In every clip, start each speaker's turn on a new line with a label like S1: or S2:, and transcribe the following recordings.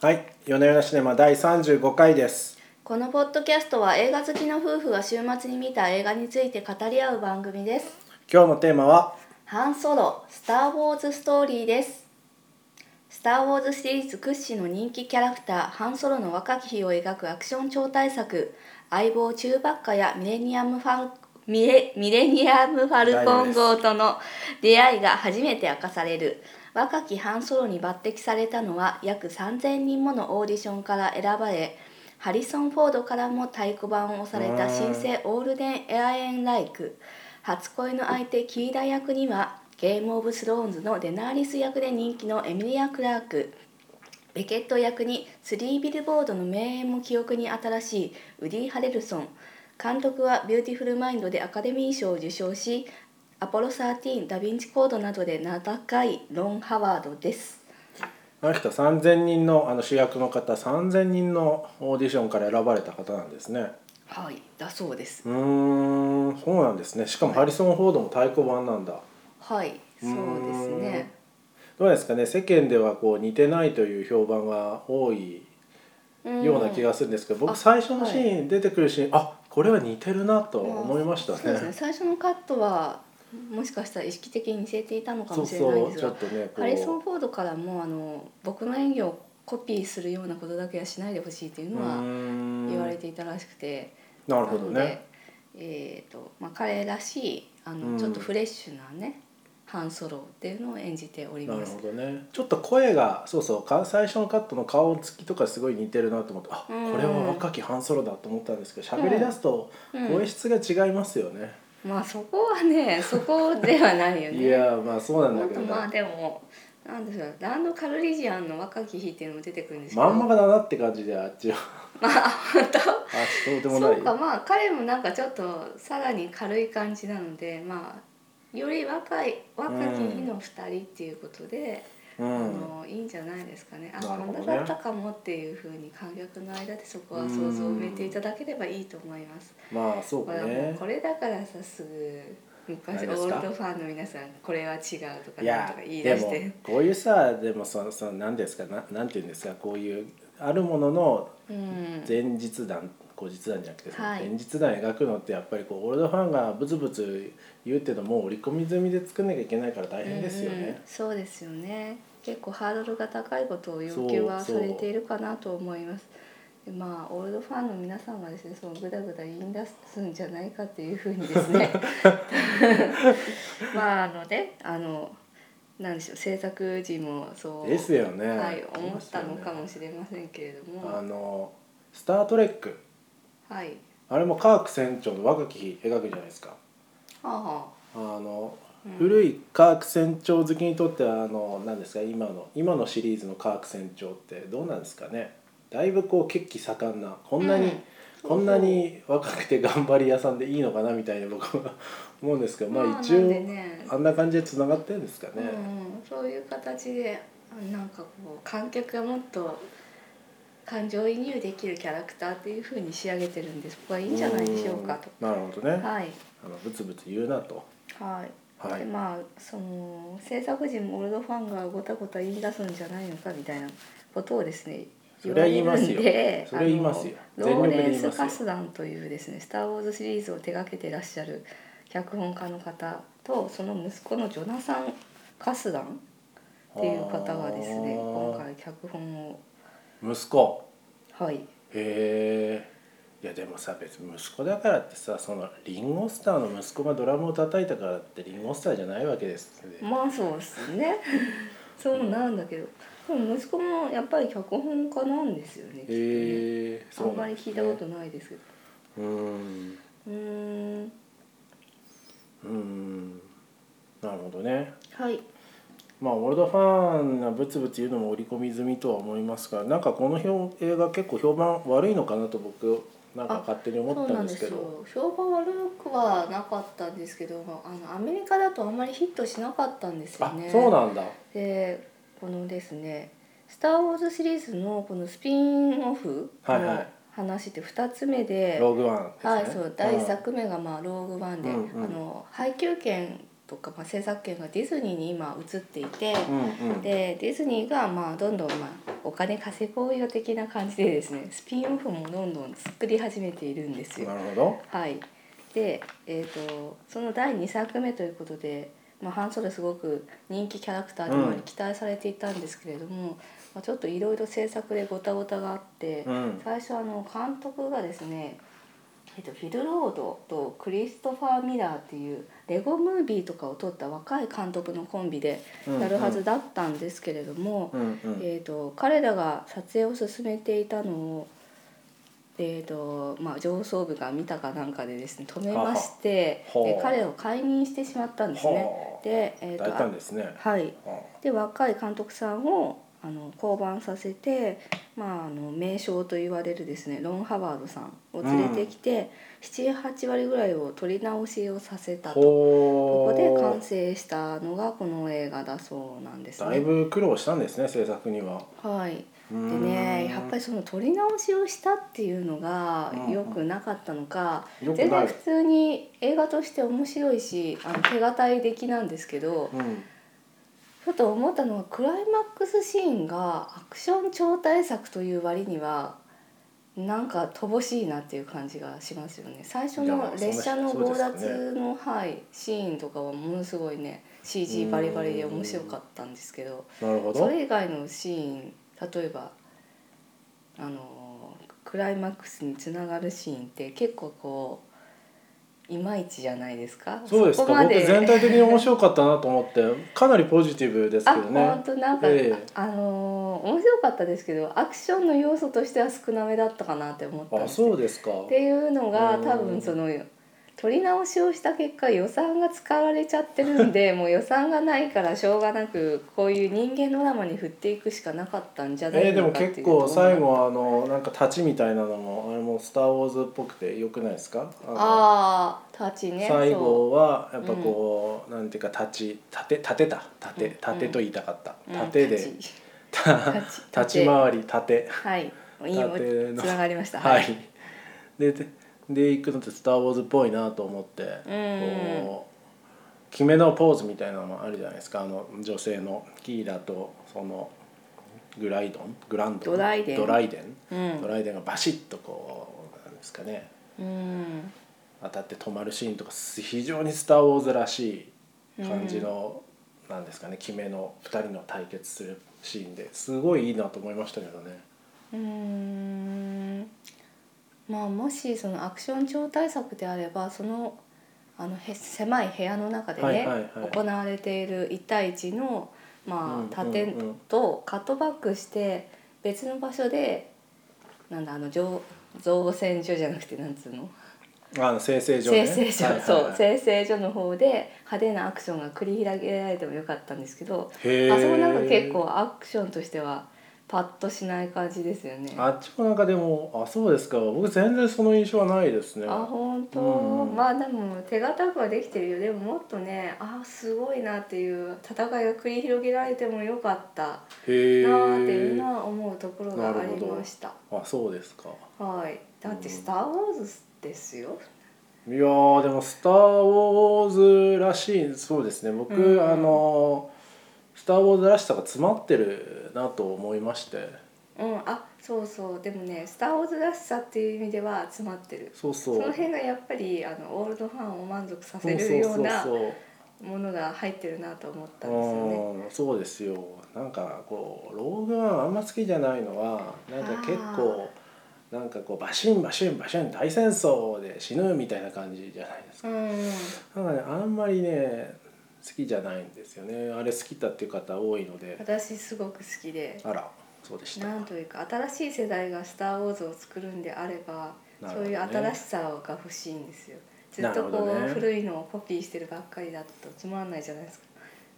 S1: はい、夜な夜なシネマ第35回です。
S2: このポッドキャストは映画好きの夫婦が週末に見た映画について語り合う番組です
S1: 今日のテーマは、
S2: ハンソロスターウォーズストーリーですスターウォーズシリーズ屈指の人気キャラクターハンソロの若き日を描くアクション超大作相棒チューバッカやミレニアムファンミレミレニアム・ファルコン号との出会いが初めて明かされる若きハン・ソロに抜擢されたのは約3,000人ものオーディションから選ばれハリソン・フォードからも太鼓判を押された新生オールデン・エアエン・ライク初恋の相手キーダ役にはゲーム・オブ・スローンズのデナーリス役で人気のエミリア・クラークベケット役にスリービルボードの名演も記憶に新しいウディ・ハレルソン監督は「ビューティフル・マインド」でアカデミー賞を受賞し「アポロ13」「ダ・ヴィンチ・コード」などで名高いロン・ハワードです
S1: あの人3000人のあの主役の方、3000人のオーディションから選ばれた方なんですね。
S2: はいだそうです
S1: うーん、そうなんですね。しかもハリソン・フォードも太鼓判なんだ。
S2: はいそうですね
S1: どうですかね、世間ではこう似てないという評判が多いような気がするんですけど、
S2: あ
S1: 僕最初のシーン出てくるシーン、あ、これは似てるなと思いました
S2: そうですね
S1: ね。
S2: 最初のカットはもしかしたら意識的に似せていたのか
S1: そ
S2: も
S1: う
S2: しれない
S1: そ
S2: ん
S1: う、
S2: です
S1: ちょ
S2: が
S1: っとね、こ
S2: ハリソン・
S1: う。
S2: フォードからもあの僕の演技をコピーするようなことだけはしないでほしいという
S1: う
S2: のは
S1: ーん
S2: 言われていたらしくて、
S1: なる
S2: な
S1: ほど
S2: の
S1: ね
S2: で、。えーとまあ、彼らしいあ
S1: うん
S2: のちょっとフレッシュなね、ハンソロっていうのを演じており
S1: な
S2: ま
S1: る
S2: す
S1: ほ。どねちょっと声がそうそうか最初のカットの顔つきとかすごい似てるなと思ってあ
S2: うん
S1: これは若き半ソロだと思ったんですけど喋り出すと
S2: うん
S1: 声質が違いますよね、
S2: まあそこはね そこではないよね。
S1: いやーまあそうなんだ
S2: あ
S1: け
S2: と
S1: ど、ね、
S2: まあでもなんですかランド・カルリジアンの「若き日」っていうのも出てくるんですけど
S1: まんまがだなって感じであっちは
S2: まあ 本当
S1: あっちどうでもな
S2: そうか
S1: い
S2: まあ彼もなんかちょっとさらに軽い感じなのでまあより若い若き日の2人っていうことで、
S1: う
S2: あ
S1: ん
S2: のいいんじゃないですかねあ
S1: なる
S2: こ
S1: ほど
S2: ん
S1: ね
S2: なだったかもっていうふうに観客の間でそこは想像を埋めていただければいいと思います。
S1: まあそう
S2: ほ
S1: から
S2: もう
S1: ね
S2: これだからさすぐ昔
S1: 何
S2: オ
S1: ですか
S2: ールドファンの皆さんこれは違うとか
S1: いや
S2: なんとか言い
S1: で
S2: 出し
S1: も
S2: て。
S1: こういうさでもそそなんですかななんていうんですかこういうあるものの
S2: うん
S1: 前日談後日談じゃなくて、その
S2: はい
S1: 前日談描くのってやっぱりこうオールドファンがブツブツ言うっていうのも織り込み済みで作んなきゃいけないから大変ですよ
S2: うんうん
S1: ね。
S2: そうですよね結構ハードルが高いことを要
S1: そう
S2: 求は
S1: そう
S2: されているかなと思いますでまあオールドファンの皆さんがですねそのグダグダ言い出すんじゃないかっていうふうにです ねまああのねあのなんでしょう制作時もそう
S1: ですよね。
S2: はい
S1: あり
S2: 思
S1: ま
S2: っ
S1: すよ
S2: た
S1: ね
S2: のかもしれませんけれども
S1: あの「スター・トレック
S2: はい」
S1: あれもカーク船長の若き日描くじゃないですか。
S2: はあは
S1: あの
S2: あ、うん
S1: 古いカーク船長好きにとってはあの何ですか今の今のシリーズのカーク船長ってどうなんですかねだいぶこう血気盛んなこんなに、
S2: うん
S1: こんなに若くて頑張り屋さんでいいのかなみたいな僕は 思うんですけどまあ一応、
S2: なんでね
S1: あんな感じでつながってるんですかね、
S2: うん、そういう形でなんかこう観客がもっと感情移入できるキャラクターっていう風に仕上げてるんでそこはいいんじゃないでしょうかと。
S1: うんなるほどね、
S2: はい、
S1: あのブツブツ言うなと
S2: はい
S1: はい
S2: でまあその制作陣もオールドファンがごたごた言い出すんじゃないのかみたいなことをですね
S1: それは言いますよ
S2: われるんで
S1: それは言いますよ
S2: あのロー
S1: 全力で
S2: レン
S1: 言いますよ
S2: ス・カスダンというですね「スター・ウォーズ」シリーズを手掛けていらっしゃる脚本家の方とその息子のジョナサン・カスダンっていう方がですね
S1: あー
S2: 今回脚本を
S1: 息子
S2: はい
S1: へえいやでもさ別に息子だからってさそのリンゴスターの息子がドラムを叩いたからってリンゴスターじゃないわけですよね
S2: まあそうですね そうなんだけどでも息子もやっぱり脚本家なんですよねきっと
S1: へ
S2: ね
S1: え
S2: あんまり聞いたことないですけど
S1: とうん
S2: うーん
S1: うんなるほどね
S2: はい
S1: まあオールドファンがブツブツ言うのも織り込み済みとは思いますがなんかこの評映画結構評判悪いのかなと僕なんか勝手に思
S2: そ
S1: っ
S2: う
S1: た
S2: なんん
S1: で
S2: ですす
S1: け
S2: よ
S1: ど
S2: 評判悪くはなかったんですけどあのアメリカだとあんまりヒットしなかったんですよ
S1: あ
S2: ね
S1: そうなんだ
S2: でこのですね「スター・ウォーズ」シリーズのこのスピンオフ
S1: はいは
S2: の
S1: い
S2: 話って2つ目で、
S1: ローグワンですね
S2: はい、そう第1作目がまあ「ローグ・ワンで」
S1: うんうん
S2: あの配給権とかまあ制作権がディズニーに今移っていて、
S1: うんうん
S2: でディズニーがまあどんどんまあお金稼ごうよ的な感じでですねスピンオフもどんどん作り始めているんですよ
S1: な。るほど
S2: はい、で、えー、とその第2作目ということで、まあ、ハンソルすごく人気キャラクターでもあり
S1: うん
S2: 期待されていたんですけれども、まあ、ちょっといろいろ制作でごたごたがあって、
S1: うん
S2: 最初あの監督がですね、えー、とフィル・ロードとクリストファー・ミラーっていうレゴムービーとかを撮った若い監督のコンビでやるはずだったんですけれども。
S1: うんうん
S2: えー、と彼らが撮影を進めていたのを、えーとまあ、上層部が見たかなんかでですね止めまして
S1: はは
S2: え
S1: はあ
S2: 彼らを解任してしまったんですね。
S1: はあ
S2: で,、えーと
S1: 大胆ですね
S2: はい、
S1: は
S2: で若い監督さんをあの降板させて、まあ、あの名将と言われるですねロン・ハワードさんを連れてきて、78割ぐらいを取り直しをさせ
S1: あ
S2: たと。
S1: ほ
S2: ここ
S1: う
S2: で完成したのがこの映画だそうなんですね。
S1: だいぶ苦労したんですね制作には
S2: はい、
S1: で
S2: でねやっぱりその撮り直しをしたっていうのが
S1: うんうん
S2: 良くなかったのか、
S1: りよく
S2: 全
S1: な
S2: 然
S1: い
S2: 普通に映画として面白いしあの手堅い出来なんですけど、
S1: うん
S2: ふと思ったのはクライマックスシーンがアクション超大作という割にはなんか乏しいなっていう感じがしますよね最初
S1: いやまあそ
S2: の
S1: んな
S2: 列車の
S1: そうで
S2: 強
S1: すよね
S2: 奪の、はい、シーンとかはものすごいね CG バリバリで面白かったんですけど。
S1: なるほど
S2: それ以外のシーン例えばあのクライマックスにつながるシーンって結構こういまいちじゃないですか
S1: そうです
S2: こ
S1: か
S2: ま
S1: 僕
S2: で
S1: 全体的に面白かったなと思ってかなりポジティブです
S2: あ
S1: けどね
S2: 本当なんか、
S1: え
S2: あの面白かったですけどアクションの要素としては少なめだったかなって思ったん
S1: あ
S2: ですよ
S1: そうですか
S2: っていうのが
S1: うん
S2: 多分その撮り直しをした結果予算が使われちゃってるん でもう予算がないからしょうがなくこういう人間ドラマに振っていくしかなかったんじゃな
S1: えー
S2: い
S1: で
S2: の
S1: も
S2: かってい
S1: 結
S2: う
S1: 構最後はあのなんか立ちみたいなのもあれも「スター・ウォーズ」っぽくてよくないですかあの
S2: ああ立ちね
S1: 最後はやっぱこう、なんていうか立ち立て立てた立て立てと言いたかった、
S2: そううん
S1: 立てで、
S2: 立ち
S1: た
S2: 立ち
S1: 立ち回り立て
S2: はいいい
S1: 立ての
S2: つながりました
S1: はいででで行くのって「スター・ウォーズ」っぽいなと思って、
S2: うん
S1: こう決めのポーズみたいなのもあるじゃないですかあの女性のキーラとそのグライドングランドン
S2: ドライデン
S1: ドライデン
S2: うん
S1: ドライデンがバシッとこうなんですかね
S2: うん
S1: 当たって止まるシーンとかす非常に「スター・ウォーズ」らしい感じの、なんですかね決めの2人の対決するシーンですごいいいなと思いましたけどね。
S2: うーんまあもしそのアクション超大作であればそのあのへ狭い部屋の中でね、
S1: はいはいはい
S2: 行われている1対1の、まあ、
S1: うんうんう
S2: 盾
S1: ん
S2: とカットバックして別の場所でなんだあの上造船所じゃなくてなんつうの
S1: あの生成所
S2: 生
S1: ね
S2: 成所、
S1: はいはいはい
S2: そう生成所の方で派手なアクションが繰り広げられてもよかったんですけど、
S1: へー
S2: あそこなんか結構アクションとしてはパッとしない感じですよね。
S1: あっちもなんかでもあそうですか僕全然その印象はないですね
S2: あ本当、
S1: うんうん
S2: まあでも手堅くはできてるよでももっとねあすごいなっていう戦いが繰り広げられてもよかったな
S1: へ
S2: って
S1: え
S2: いうのは思うところがありました
S1: あそうですか
S2: はいだって「スター・ウォーズ」ですよ、
S1: いやーでも「スター・ウォーズ」らしいそうですね僕、
S2: うん
S1: あの「スター・ウォーズ」らしさが詰まってるなと思いまして
S2: うん、あそうそうでもね「スター・ウォーズ」らしさっていう意味では詰まってる
S1: そうそ
S2: そうの辺がやっぱりあのオールドファンを満足させるような
S1: そうそう
S2: ものが入ってるなと思った
S1: そ
S2: んですよね
S1: ううんそうですよなんかこう「ローグワン」あんま好きじゃないのはなんか結構なんかこうバシンバシンバシン大戦争で死ぬみたいな感じじゃないですか
S2: う。ん
S1: なんかねあんまりね好きじゃないんですよねあれ好きだっていう方多いので
S2: 私すごく好きで
S1: あらそうでした
S2: なんというか新しい世代が「スター・ウォーズ」を作るんであれば、
S1: なる
S2: そ
S1: ほ
S2: う
S1: ど
S2: い
S1: ね
S2: う新しさが欲しいんですよずっと
S1: なる
S2: こ
S1: ほ
S2: う、
S1: どね
S2: 古いのをコピーしてるばっかりだとつまんないじゃないですか。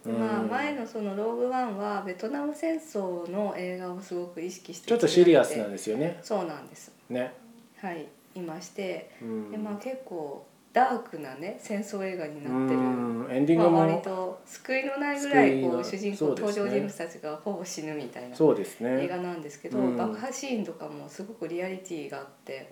S2: で
S1: うん
S2: まあ、前のその「ローグ・ワン」はベトナム戦争の映画をすごく意識して
S1: ちょっとシリアスなん
S2: で
S1: ですよね
S2: そうなんです
S1: ね
S2: はいいまして
S1: うん
S2: で、まあ、結構ダークなね戦争映画になってる、
S1: うんエンディン
S2: ま
S1: グ
S2: あ、
S1: も、
S2: 割と救いのないぐらいこう
S1: 救
S2: 主
S1: いの
S2: 人公、
S1: そうですね
S2: 登場人物たちがほぼ死ぬみたいな
S1: そうです
S2: 映
S1: ね
S2: 画なんですけど、
S1: うん
S2: 爆破シーンとかもすごくリアリティがあって、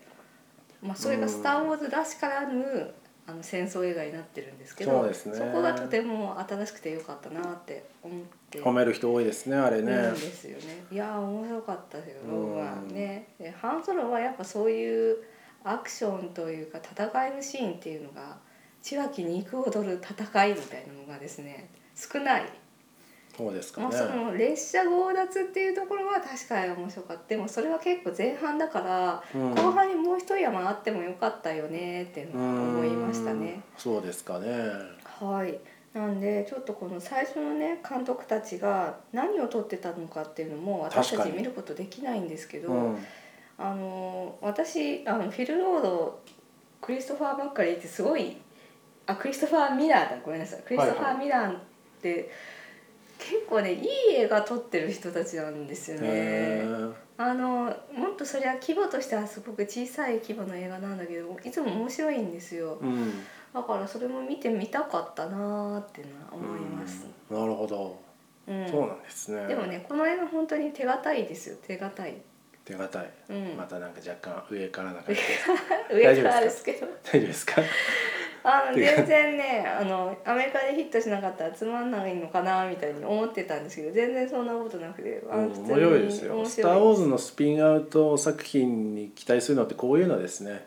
S2: まあ、それが「スター・ウォーズ」らしからぬあの戦争映画になってるんですけ
S1: そう
S2: ど
S1: ですね
S2: こがとても新しくてよかったなって思って
S1: 褒める人多いですねあれね、
S2: るんですよね。いやー面白かったですよ
S1: うん
S2: ローマンね。でハンソロはやっぱそういうアクションというか戦いのシーンっていうのが千秋に行く踊る戦いみたいなのがですね少ない。
S1: そうですか
S2: まあ、
S1: ね
S2: その列車強奪っていうところは確かに面白かったでもそれは結構前半だから
S1: うん
S2: 後半にもう一山あってもよかったよねっていうのは思いましたね。
S1: うんそうですかね
S2: はいなんでちょっとこの最初のね監督たちが何を撮ってたのかっていうのも私た
S1: 確
S2: ち
S1: かに
S2: 見ることできないんですけど、
S1: うん
S2: あの私あのフィル・ロードクリストファー・ばっかりってすごいあクリストファー・ミラーだごめんなさいクリストフ
S1: はい
S2: ァー・
S1: は
S2: ミラーって、結構ねいい映画撮ってる人たちなんですよね
S1: へ。ー
S2: あのもっとそりゃ規模としてはすごく小さい規模の映画なんだけどいつも面白いんですよ。
S1: うん
S2: だからそれも見てみたかったなーっていうのは思います。
S1: うんなるほど、
S2: うん
S1: そうなんですね
S2: でもねこの映画本当に手堅いですよ手堅い。
S1: 手堅い
S2: うん、
S1: またなんか若干上からな 感じで
S2: 上からですけど。
S1: 大丈夫ですか
S2: あの全然ねあのアメリカでヒットしなかったらつまんないのかなみたいに思ってたんですけど全然そんなことなくてあ
S1: うん
S2: の
S1: 面白いですよ「
S2: 面
S1: スター・ウォ
S2: 白
S1: ー
S2: い
S1: ズ」のスピンアウト作品に期待するのってこういうのですね、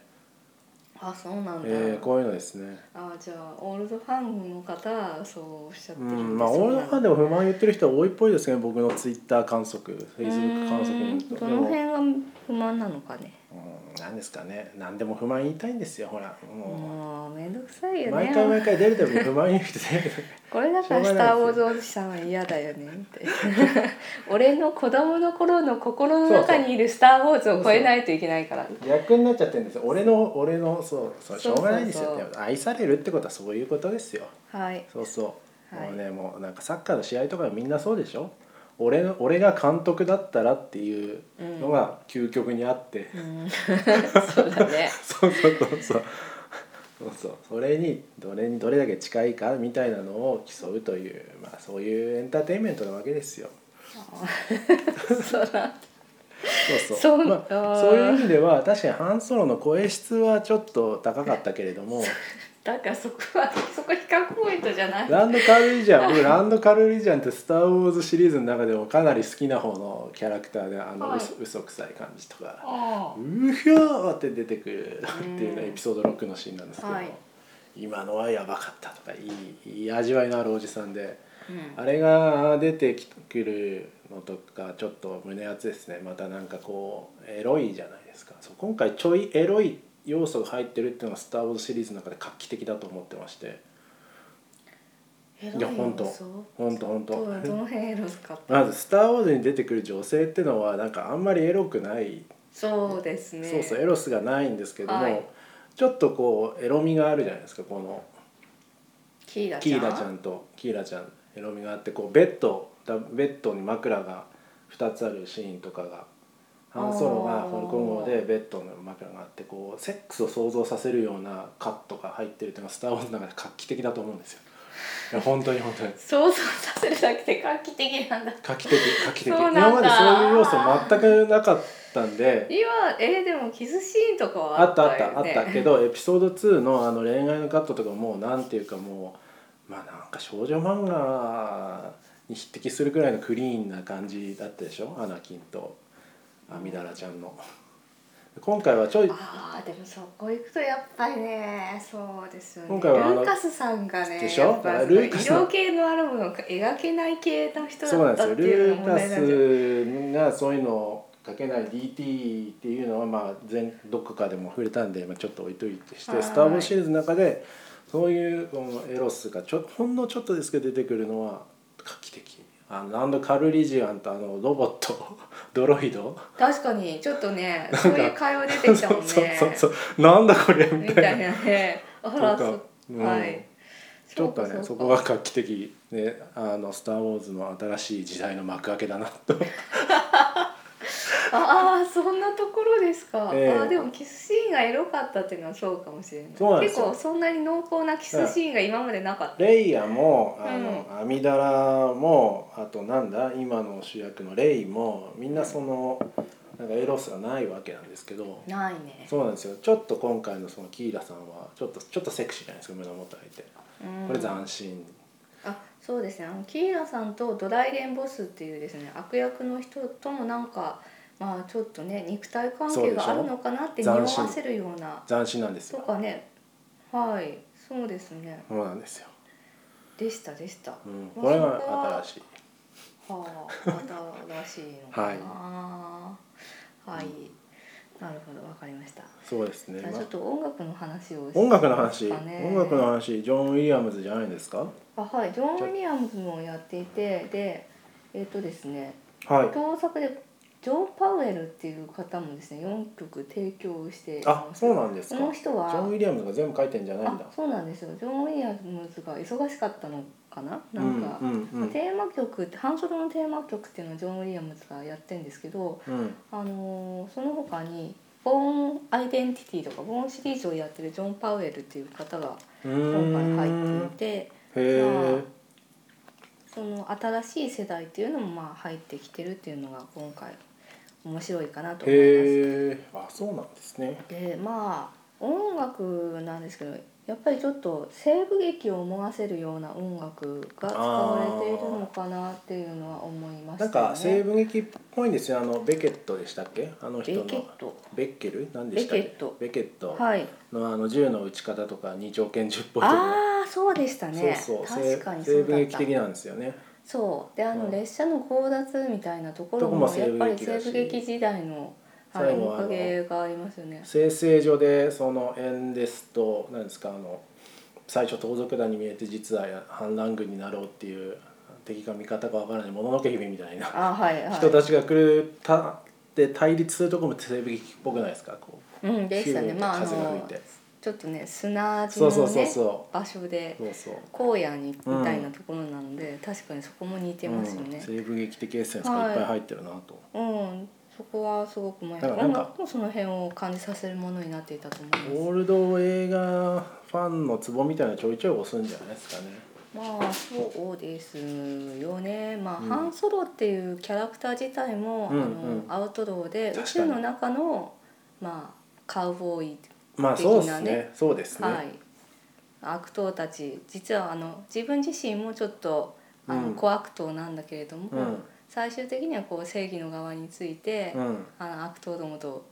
S2: あそうなんだ、
S1: えーこういうのですね
S2: あじゃあオールドファンの方はそうおっしゃっ
S1: う
S2: てる
S1: んまあオールドファン
S2: で
S1: でも不満言ってる人は多いっぽいですね僕のツイッター観測フェイスブック観測見ると
S2: ど
S1: で
S2: の
S1: も
S2: 辺が不満なのかね
S1: うんなんですかね何でも不満言いたいんですよほらも
S2: もうめんどくさいうよね
S1: 毎回毎回出るたびに不満言う人出る
S2: これだから「
S1: しょ
S2: ス
S1: うがない
S2: タ
S1: です
S2: ー・
S1: よ
S2: ウォーズおじさんは嫌だよね」って 俺の子供の頃の心の中にいる「スター・ウォーズ」を超えないといけないから
S1: 逆になっちゃってるんですよ俺の俺のそうそうし
S2: そ
S1: ょ
S2: うそうそう
S1: うがないですよでも愛されるってことはそういうことですよ
S2: はい
S1: そうそう、
S2: はい
S1: もうねもうなんかサッカーの試合とかみんなそうでしょ俺の俺が監督だったらっていうのが究極にあって、
S2: うん そうだね
S1: そうそうそうそうそうそうそれにどれにどれだけ近いかみたいなのを競うという、まあ、そういうエンターテインメントなわけですよ。
S2: そうだ
S1: そう
S2: そ
S1: そううま
S2: あー
S1: あ、そういう意味では確かにハンソロの声質はちょっと高かったけれども
S2: だからそこはそこ比較ポイントじゃない
S1: ランド・カルリジャン僕ランド・カルリジャンって「スター・ウォーズ」シリーズの中でもかなり好きな方のキャラクターであの、
S2: はいう
S1: そ嘘くさい感じとか
S2: あ
S1: 「うひょー!」って出てくるっていう
S2: う
S1: ね
S2: ん
S1: エピソード6のシーンなんですけど、
S2: はい
S1: 今のはやばかったとかいいいい味わいのあるおじさんで
S2: ーうん
S1: あれが出てくるのとかちょっと胸熱ですねまたなんかこうエロいじゃないですかそう今回ちょいエロい要素が入ってるっていうのが「スター・ウォーズ」シリーズの中で画期的だと思ってましてい
S2: エ
S1: や
S2: ロい
S1: 本当
S2: 要素
S1: 本当本
S2: ど
S1: 当
S2: うどの辺エロかった
S1: まず「スター・ウォーズ」に出てくる女性ってのはなんかあんまりエロくない、
S2: そうですね
S1: そうそうエロスがないんですけども、
S2: はい
S1: ちょっとこうエロみがあるじゃないですかこの
S2: キーラ
S1: キ
S2: ちゃん
S1: ーラちゃんとキーラちゃんエロみがあってこうベッドだベッドに枕が2つあるシーンとかがハンソロが
S2: あー
S1: 香港号でベッドの枕があってこうセックスを想像させるようなカットが入ってるっていうのが「スター・ウォーズ」の中で画期的だと思うんですよ。いや本当に本 当に
S2: 想像させるだけで画期的なんだ
S1: 画期的画期的
S2: そうな
S1: 今ま
S2: んだ
S1: でそういう要素全くなかったんで
S2: 今えー、でもキスシーンとかは
S1: あ
S2: あ
S1: っ
S2: ったた
S1: あったあ
S2: よね
S1: ったけどエピソード2のあの恋愛のカットとかもうなんていうかもうまあなんか少女漫画に匹敵するくらいのクリーンな感じだったでしょアナキンとアミダラちゃんの。今回はちょい
S2: あーでもそこ行くとやっぱりねそうですよね
S1: 今回はあの
S2: ルーカスさんがね
S1: でしょ
S2: やっぱ
S1: ルーカスの
S2: 色系のあるものが描けない系の人
S1: そうな
S2: だ
S1: ん
S2: っ
S1: です
S2: た
S1: よ
S2: ってい
S1: ル
S2: うの
S1: ーカ
S2: が問題なんじゃな
S1: ス
S2: い
S1: がそういうのを書けない DT っていうのはまあ全どこかでも触れたんで、まあ、ちょっと置いといてし
S2: は
S1: て「
S2: い
S1: スター・ウォーズ」シリーズの中でそういうこのエロスがちょほんのちょっとですけど出てくるのは画期的あのランド・カルリジアンとあのロボットドロイド
S2: 確かにちょっとねそういう会話出てきたもんね
S1: そうそうそうなんだこれみ
S2: み
S1: たい
S2: た
S1: ない
S2: な ねあら
S1: とか
S2: そ
S1: うん
S2: はい
S1: ちょっとねそこが画期的で「あのスター・ウォーズ」の新しい時代の幕開けだなと
S2: ああーそんなところですか、
S1: ええ
S2: あーでもキスシーンがエロかったっていうのはそうかもしれない
S1: そうなんです
S2: 結
S1: よ
S2: 構そんなに濃厚なキスシーンが今までなかった、
S1: レイヤもあの、アミダラもあとなんだ今の主役のレイもみんなそのなんかエロさがないわけなんですけど
S2: ないね
S1: そうなんですよちょっと今回のそのキーラさんはちょっとちょっとセクシーじゃないですか胸元開いてこれ
S2: うん
S1: 斬新
S2: あそうですねあのキーラさんとドライデン・ボスっていうですね悪役の人ともなんかまあちょっとね肉体関
S1: そう
S2: 係
S1: でしょ
S2: があるのかなって匂
S1: 斬
S2: わ
S1: 新
S2: せるような
S1: 斬新なんです
S2: と
S1: よ
S2: かねはいそうですね
S1: そうなんですよ、
S2: でしたでした、
S1: うん、こ
S2: まあ
S1: れが新しい
S2: はあ、新しいのかな。はい。なるほど、わかりました。
S1: そうですね
S2: じゃあ、
S1: ま
S2: ち
S1: あ
S2: ょっと音楽の話をし
S1: 音楽の話、
S2: ますかね
S1: 音楽の話ジョン・ウィリアムズじゃないですか
S2: あ、はい、ジョン・ウィリアムズもやっていて、で。えっ、とですね。
S1: はい
S2: 盗作で。ジョン・パウエルっていう方もですね、四曲提供してい
S1: あ
S2: ます。
S1: そうなんです
S2: こ
S1: か
S2: の人は。
S1: ジョン・ウィリアムズが全部書いてんじゃないんだ
S2: あ、そうなんですよ。ジョン・ウィリアムズが忙しかったのかな。なんか。
S1: うんうんうん
S2: テーマ曲って、半袖のテーマ曲っていうのはジョン・ウィリアムズがやってるんですけど。
S1: うん
S2: あのーその他に「ボーン・アイデンティティ」とか「ボーン」シリーズをやってるジョン・パウエルっていう方が
S1: う
S2: 今
S1: ーん
S2: 回入っていて
S1: へ
S2: ま
S1: え
S2: その新しい世代っていうのもまあ入ってきてるっていうのが今回面白いかなと思います。
S1: へえあそうなんですね
S2: でまあ音楽なんですけどやっぱりちょっと西部劇を思わせるような音楽が使われているのかなっていうのは思いました
S1: なんか西部劇っぽいんですよあのベケットでしたっけあの人
S2: ベ
S1: の
S2: ケット
S1: ベッケル何でしたっけ
S2: ベケット
S1: ベケット
S2: はい
S1: のあの銃の撃ち方とか二丁拳銃っぽいとこ
S2: ああそうでしたね
S1: そうそう
S2: 確かにそ
S1: 西
S2: う
S1: 部
S2: だっ
S1: 劇
S2: た
S1: 的なんですよね
S2: そうであ
S1: う
S2: の
S1: ん
S2: 列車の強奪みたいなところ
S1: どこ
S2: も
S1: も
S2: やっぱり
S1: 西部劇だ
S2: 西
S1: し
S2: 部劇時代の、はい、
S1: 最後はあの
S2: 面影がありますよね。
S1: 生成所でそのエンデスと何ですかあの最初盗賊団に見えて実は反乱軍になろうっていう敵か味方かわからないもののけ姫みたいな
S2: あはいはい。
S1: 人たちが来るたで対立するとこも西部劇っぽくないですかこう
S2: うんでしたね。まああ
S1: 風が吹い
S2: の
S1: て
S2: ちょっとね砂地
S1: そ
S2: の
S1: うそうそう
S2: ね
S1: そ
S2: 場所
S1: う
S2: で
S1: そうそう
S2: 荒野にみたいなところなので、確かにそこも似てますよ
S1: うん
S2: ね。
S1: 西部劇的エッセンスがいっぱい入ってるなと、
S2: うん、そこはすごく思いま
S1: だ
S2: す。
S1: からな
S2: 音
S1: んか
S2: 楽もその辺を感じさせるものになっていたと思いま
S1: オ
S2: す。
S1: ールド映画ファンのツボみたいなのちょいちょい押すんじゃないですかね
S2: まあそうですよね、まあ
S1: うん
S2: ハン・ソロっていうキャラクター自体も、
S1: うんうん
S2: あのアウトローで
S1: 確か
S2: 宇
S1: に
S2: 宙の中の、まあ、カウボーイ、
S1: まあ
S2: 的
S1: そうです
S2: な
S1: ね
S2: ね
S1: そうですね、
S2: はい、悪党たち実はあの自分自身もちょっとあの、
S1: うん
S2: 小悪党なんだけれども、
S1: うん
S2: 最終的にはこう正義の側について、
S1: うん
S2: あの悪党どもと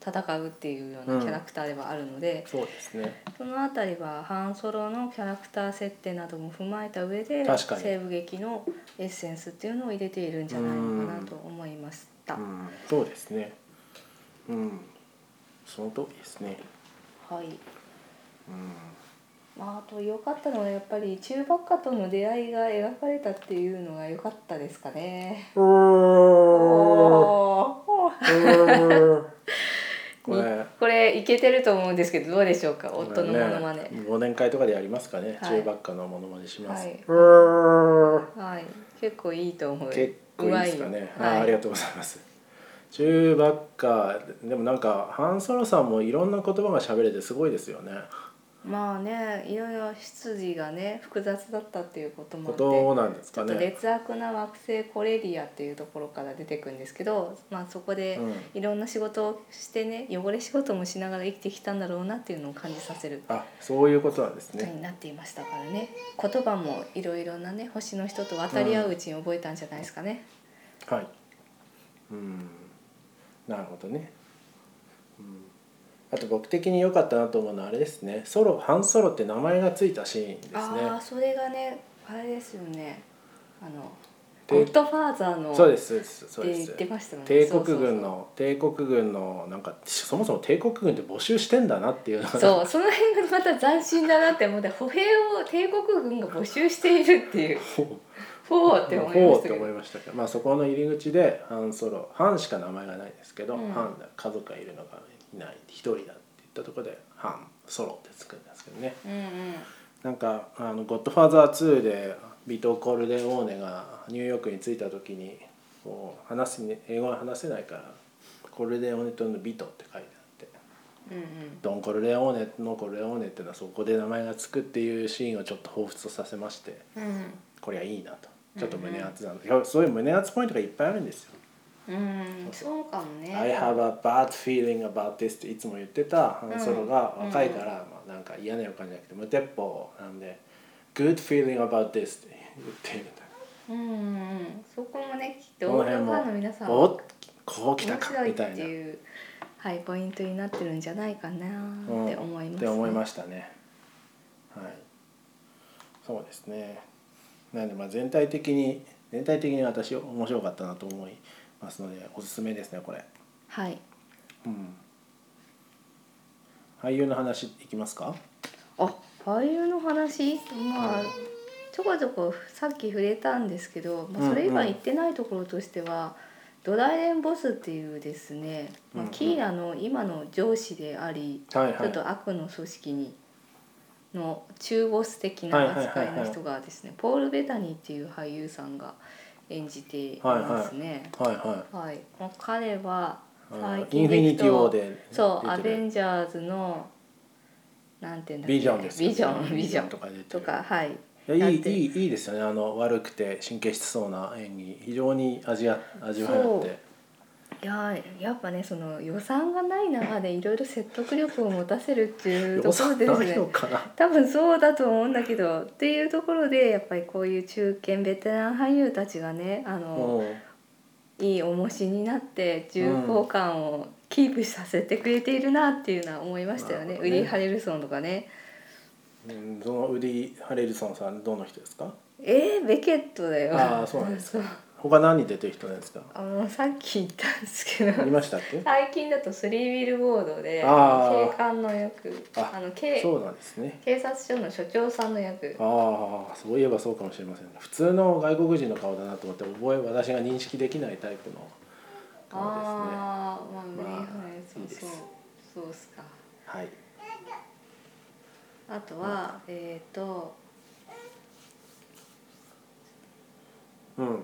S2: 戦うっていうようなキャラクターではあるので、
S1: そうですね
S2: そのあたりはハンソロのキャラクター設定なども踏まえた上で
S1: 確かに
S2: 西部劇のエッセンスっていうのを入れているんじゃないのかなと思いました。
S1: う
S2: は
S1: んそうですねうんその通りですね
S2: い。
S1: うん
S2: まああと良かったのはやっぱり中ばっかとの出会いが描かれたっていうのが良かったですかね。
S1: おー
S2: おー
S1: お ーこれ
S2: これいけてると思うんですけどどうでしょうか夫のモノマネ。
S1: 忘年会とかでやりますかね、
S2: はい
S1: 中ばっかのモノマネします、
S2: はいう
S1: ー
S2: はい。結構いいと思う。
S1: 結構いいですか
S2: う
S1: ね、
S2: まい
S1: あ
S2: よ
S1: あ
S2: は
S1: り
S2: い。
S1: がとうございます中ばっかでもなんかハン・ソロさんもいろんな言葉が喋れてすごいですよね
S2: まあねいろいろ出自がね複雑だったっていうことも
S1: こ
S2: あって。
S1: となんです
S2: ちょ
S1: か
S2: っと
S1: ね
S2: 劣悪な惑星コレリアっていうところから出てくるんですけど、まあ、そこで
S1: うん
S2: いろんな仕事をしてね汚れ仕事もしながら生きてきたんだろうなっていうのを感じさせるこ
S1: あそういうことなんです
S2: と
S1: ね
S2: になっていましたからね言葉もいろいろなね星の人と渡り合ううちに覚えたんじゃないですかね。
S1: はいうんなるほどね、うん、あと僕的に良かったなと思うのはあれですねソロハン・ソロって名前がついたシーンですね
S2: ああそれがねあれですよねあの
S1: で
S2: ゴッドファーザーの
S1: そうですそうです
S2: っ
S1: そう
S2: て
S1: で
S2: 言っ
S1: す
S2: てましたよね
S1: 帝国軍の帝国軍のなんかそもそも帝国軍って募集してんだなっていうのが
S2: そうその辺がまた斬新だなって思って歩兵を帝国軍が募集しているっていうほうって思いま
S1: ほう
S2: し
S1: ったて
S2: けど
S1: 思いましたけど、まあ、そこの入り口でハン・ソロハンしか名前がないですけど、
S2: うん
S1: ハンだ家族がいるのがいない一人だって言ったところでハン・ソロってつくんですけどね
S2: うんうん
S1: なんか「あのゴッドファーザー2」でビト・コルデ・オーネがニューヨークに着いた時にこう話すに英語が話せないから「コルデ・オーネとのビト」って書いてあって。
S2: うんうん
S1: ドン・コルレオーネのコルレオーネっていうのはそこで名前がつくっていうシーンをちょっと彷彿とさせまして
S2: うん
S1: これはいいなとちょっと胸熱なの、いやそういう胸熱ポイントがいっぱいあるんですよ
S2: うんそうかもね
S1: I have a bad feeling about this っていつも言ってたハンソロが
S2: うん
S1: 若いから、まあ、なんか嫌な予感じゃなくて無鉄砲なんで Good feeling about this って言ってるんだ
S2: うんうんそこもねきっと
S1: この
S2: オー
S1: 辺
S2: ル
S1: も
S2: ファンの皆さん
S1: お
S2: 面
S1: っこう来たか
S2: 白い
S1: み
S2: って
S1: たいなっ
S2: いうはいポイントになってるんじゃないかな
S1: うん
S2: って思います、ね
S1: て思いましたねはいそうですねなんでまあ全体的に全体的に私面白かったなと思いますのでおすすめですねこれ
S2: はい
S1: うん俳優の話いきますか
S2: あ俳優の話まあ、
S1: はい
S2: ちょこちょこさっき触れたんですけど、まあ、それ以外言ってないところとしては、ドライデン・ボスっていうですね、まあ
S1: うんうん
S2: キーラの今の上司であり、
S1: はいは
S2: ちょっ
S1: い
S2: と悪の組織にの中ボス的な扱いの人がですね、ポール・ベタニーっていう俳優さんが演じていますね。
S1: はいは
S2: はいまあ彼はい
S1: あ
S2: 最
S1: の。イ
S2: 近
S1: ンフィニティ・ウォー
S2: で
S1: で
S2: そう「ア
S1: 出て
S2: ベ
S1: る
S2: ンジャーズ」のなんていうんだっけ
S1: ビジョンですよね。
S2: ビジョンビジョン
S1: とか出てる
S2: とかはい
S1: いやいい
S2: だって
S1: いいいいですよね。あの悪くて神経質そうな演技非常に味わ味わいあっ
S2: そう
S1: て。
S2: いやーやっぱねその予算がない中でいろいろ説得力を持たせるっていうところで
S1: 良
S2: で
S1: さな
S2: す
S1: い
S2: ね
S1: のかな。
S2: 多分そうだと思うんだけどっていうところでやっぱりこういう中堅ベテラン俳優たちがねあ
S1: う
S2: の、
S1: ん
S2: いい重しになって重厚感をキープさせてくれているなっていうのは思いましたよ
S1: なる
S2: ね
S1: ほ
S2: ウ
S1: どね
S2: リー・ハレルソンとかね
S1: うん。そのウディ・ハレルソンさんどの人ですか
S2: えー、ベケットだよ
S1: あーそうなんです
S2: か
S1: 他何に出てる人なんですか
S2: あのさっき言ったんですけ
S1: い
S2: ど
S1: ましたっ け
S2: 最近だとスリービルボードで
S1: あー
S2: 警官の役
S1: あ
S2: あの警
S1: そうなんですね。
S2: 警察署の署長さんの役
S1: ああそういえばそうかもしれませんね普通の外国人の顔だなと思って覚え私が認識できないタイプの顔ですね。
S2: ああまあウリー・
S1: まあ
S2: ハレルソ
S1: い
S2: ン
S1: いです
S2: そうそうっすか
S1: はい。
S2: あとはえっ、と
S1: うん。
S2: うん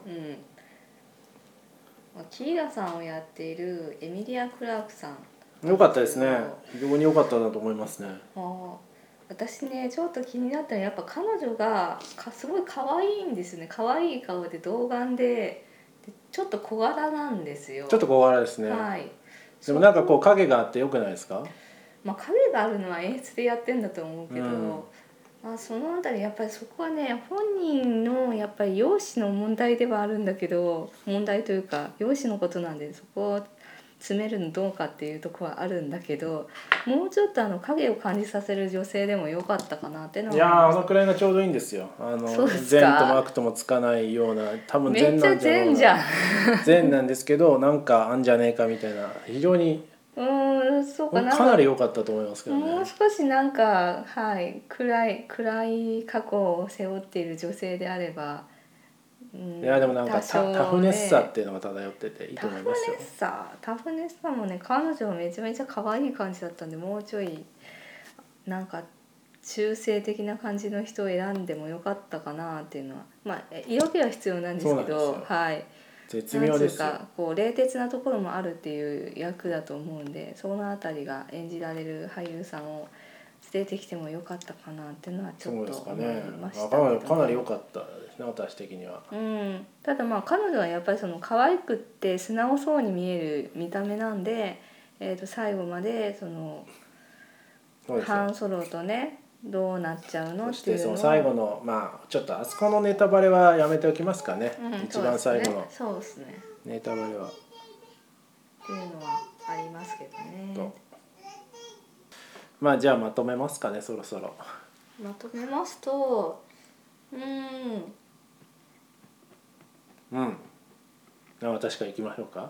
S2: まあキーラさんをやっているエミリア・クラークさん
S1: 良かったですね。非常に良かったなと思いますね。
S2: もう私ねちょっと気になったのはやっぱ彼女がかすごい可愛いんですね可愛い顔で童顔ででちょっと小柄なんですよ
S1: ちょっと小柄ですね。
S2: はい
S1: でもなんかこう影があって良くないですか？
S2: まあ、影があるのは演出でやってんだと思うけど、
S1: うん
S2: まあ、そのあたりやっぱりそこはね本人のやっぱり容姿の問題ではあるんだけど問題というか容姿のことなんでそこを詰めるのどうかっていうとこはあるんだけどもうちょっとあの影を感じさせる女性でもよかったかなってのはい
S1: やーあの
S2: 思いま
S1: くらいがちょうどいいんですよ。あの
S2: そうですか
S1: 善とも悪ともつかないような多分
S2: す
S1: 善
S2: めっち
S1: な
S2: ゃ
S1: んじゃない
S2: 善じゃん。
S1: 善なんですけどなんかあんじゃねえかみたいな非常に
S2: うーんそう
S1: か
S2: かな
S1: なり良かったと思いますけど
S2: もう
S1: ね。
S2: 少しなんか、はい、暗い暗い過去を背負っている女性であれば、うん
S1: いやでもなんかタ,、
S2: 多少ね
S1: タフネスさっていうのが漂ってていいと
S2: タ
S1: 思
S2: フ
S1: い
S2: ネ
S1: ますよ。
S2: スさタフネスさもね彼女はめちゃめちゃ可愛い感じだったんでもうちょいなんか中性的な感じの人を選んでもよかったかなっていうのはまあえ色気は必要なんですけ
S1: そうなん
S2: ど
S1: です
S2: はい
S1: 絶
S2: なん
S1: 妙
S2: つ
S1: で
S2: う
S1: すよ。
S2: かこう冷徹なところもあるっていう役だと思うんでそのあたりが演じられる俳優さんを連れてきてもよかったかなっていうのはち
S1: そ
S2: ょ
S1: う
S2: っ
S1: で
S2: と
S1: すか
S2: 思
S1: ね
S2: いまし。
S1: あ
S2: た
S1: かなりかなり良
S2: っ
S1: かったですね私的には。
S2: た、うん、ただまあ彼女はやっぱりその可愛くって素直そうに見える見た目なんで、えー、と最後までその
S1: そうですよ
S2: ハンソロとねどうなっちゃうの
S1: そ
S2: っ
S1: して
S2: い
S1: て
S2: う
S1: そ
S2: の
S1: の
S2: を
S1: 最後のまあちょっとあそこのネタバレはやめておきますかね、
S2: うん
S1: 一番最後の
S2: そうですねそうですね
S1: ネタバレは、
S2: っていうのはありますけどね
S1: とまあじゃあまとめますかねそろそろ
S2: まとめますとうん
S1: うんあ私から行きましょうか
S2: は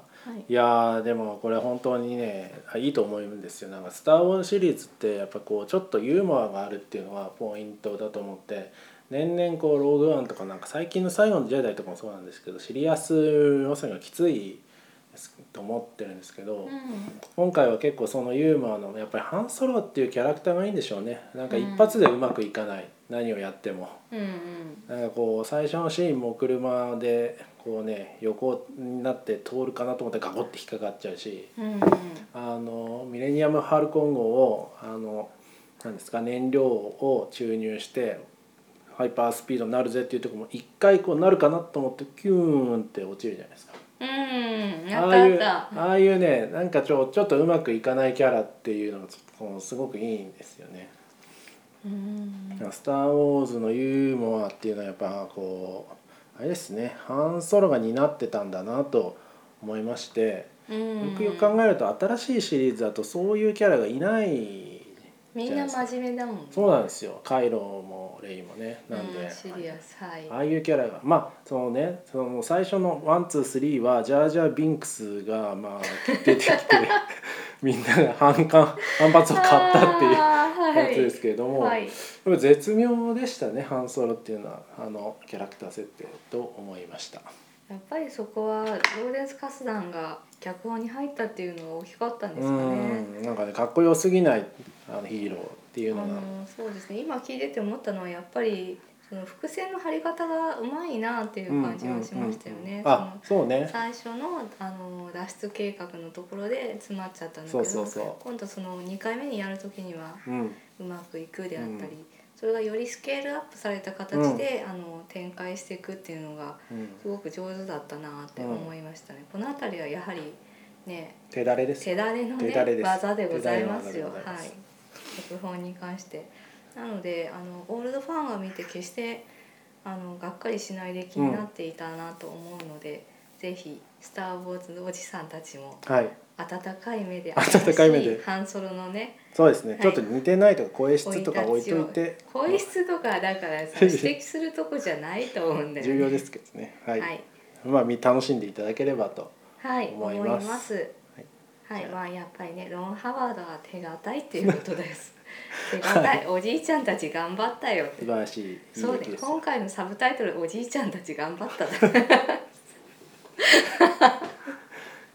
S1: い
S2: い
S1: やーでもこれ本当にねあいいと思うんですよなんか「スター・ウォーズ」シリーズってやっぱこうちょっとユーモアがあるっていうのはポイントだと思って年々こう「ローグワン」とかなんか最近の「最後のジェダイ」とかもそうなんですけどシリアス路線がきついですと思ってるんですけど、
S2: う
S1: 今回は結構そのユーモアのやっぱりハンソロっていうキャラクターがいいんでしょうねなんか一発でうまくいかない、何をやっても
S2: んうん
S1: なんかこう最初のシーンも車でこうね横になって通るかなと思ってガコって引っかかっちゃうし
S2: うんうん
S1: あのミレニアム・ハルコン号をあの何ですか燃料を注入してハイパースピードになるぜっていうところも一回こうなるかなと思ってキューンって落ちるじゃないですか。
S2: うんや
S1: あ
S2: っ
S1: あ
S2: た
S1: い
S2: やっ
S1: う
S2: た
S1: ああいうねなんかちょちょっとうまくいかないキャラっていうのがこうすごくいいんですよね。
S2: うん
S1: スター・ウォーズのユーモアっていうのはやっぱこうあれですねハン・ソロが担ってたんだなと思いまして
S2: うん
S1: よくよく考えると新しいシリーズだとそういうキャラがいない
S2: みんな真面目だもんね
S1: そうなんですよカイロもレイもねなんで、
S2: うんシリアスはい
S1: ああいうキャラがまあそのねその最初のワンツースリーはジャージャー・ビンクスがまあ出て きてみんなが反感反発を買ったっていうや
S2: あーはい
S1: つですけれども、
S2: はい
S1: でも絶妙でしたねハンソロっていうのはあのキャラクター設定と思いました
S2: やっぱりそこはローレンス・カスダンが脚本に入ったっていうのは大きかったんです
S1: う
S2: かね。
S1: んなんかねかっこよすぎないあのヒーローっていう
S2: あ
S1: のが、
S2: のそうですね今聞いてて思ったのはやっぱりその伏線の張り方がうまいなっていう感じはしましたよね。
S1: うんうんうんあそう
S2: そ
S1: ね
S2: の最初のあの脱出計画のところで詰まっちゃったんだけ
S1: そ
S2: ど
S1: うそうそ
S2: 今度その2回目にやる時には
S1: ううん
S2: うまくいくであったり、
S1: う
S2: それがよりスケールアップされた形で、あの展開していくっていうのが
S1: うん
S2: すごく上手だったなって思いましたね。この辺りはやはりね
S1: 手だれです
S2: 手だれの
S1: 手だれ
S2: ね
S1: です
S2: 技でございます
S1: 手だれ
S2: よ
S1: の技でござい
S2: は
S1: ま
S2: い
S1: す
S2: 脚本に関してなのであのオールドファンが見て決してあのがっかりしないで気になっていたなと思うので、ぜひ「スター・ウォーズ」おじさんたちも
S1: はい
S2: 温かい目で
S1: 温かい目で
S2: 新しハンソロのね
S1: そうですね、
S2: はい
S1: ちょっと似てないとか声質とか置いといて
S2: 声質とかだからさ指摘するとこじゃないと思うんだよね。
S1: 重要ですけどねはい、
S2: はい
S1: まあみ楽しんでいただければと
S2: はい、思
S1: 思
S2: い
S1: い
S2: ま。
S1: ますす
S2: は
S1: は
S2: い、
S1: い
S2: まあやっぱりねロン・ハワードは手堅いっていうことです。手堅い、おじいちゃんたち頑張ったよって
S1: 素。晴らしいいい出
S2: そう
S1: 来
S2: で。
S1: ですす
S2: 今回のサブタイトルおじいちゃんたち頑張っただ。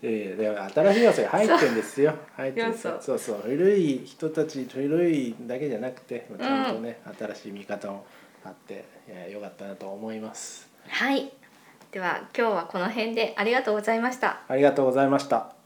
S1: ええでも新しい要素が入ってるんですよ入ってるんですよ
S2: 要素
S1: そうそう古い人たち古いだけじゃなくてちゃんとね、新しい見方もあっていやよかったなと思います
S2: はい。では今日はこの辺でありがとうございました。
S1: ありがとうございました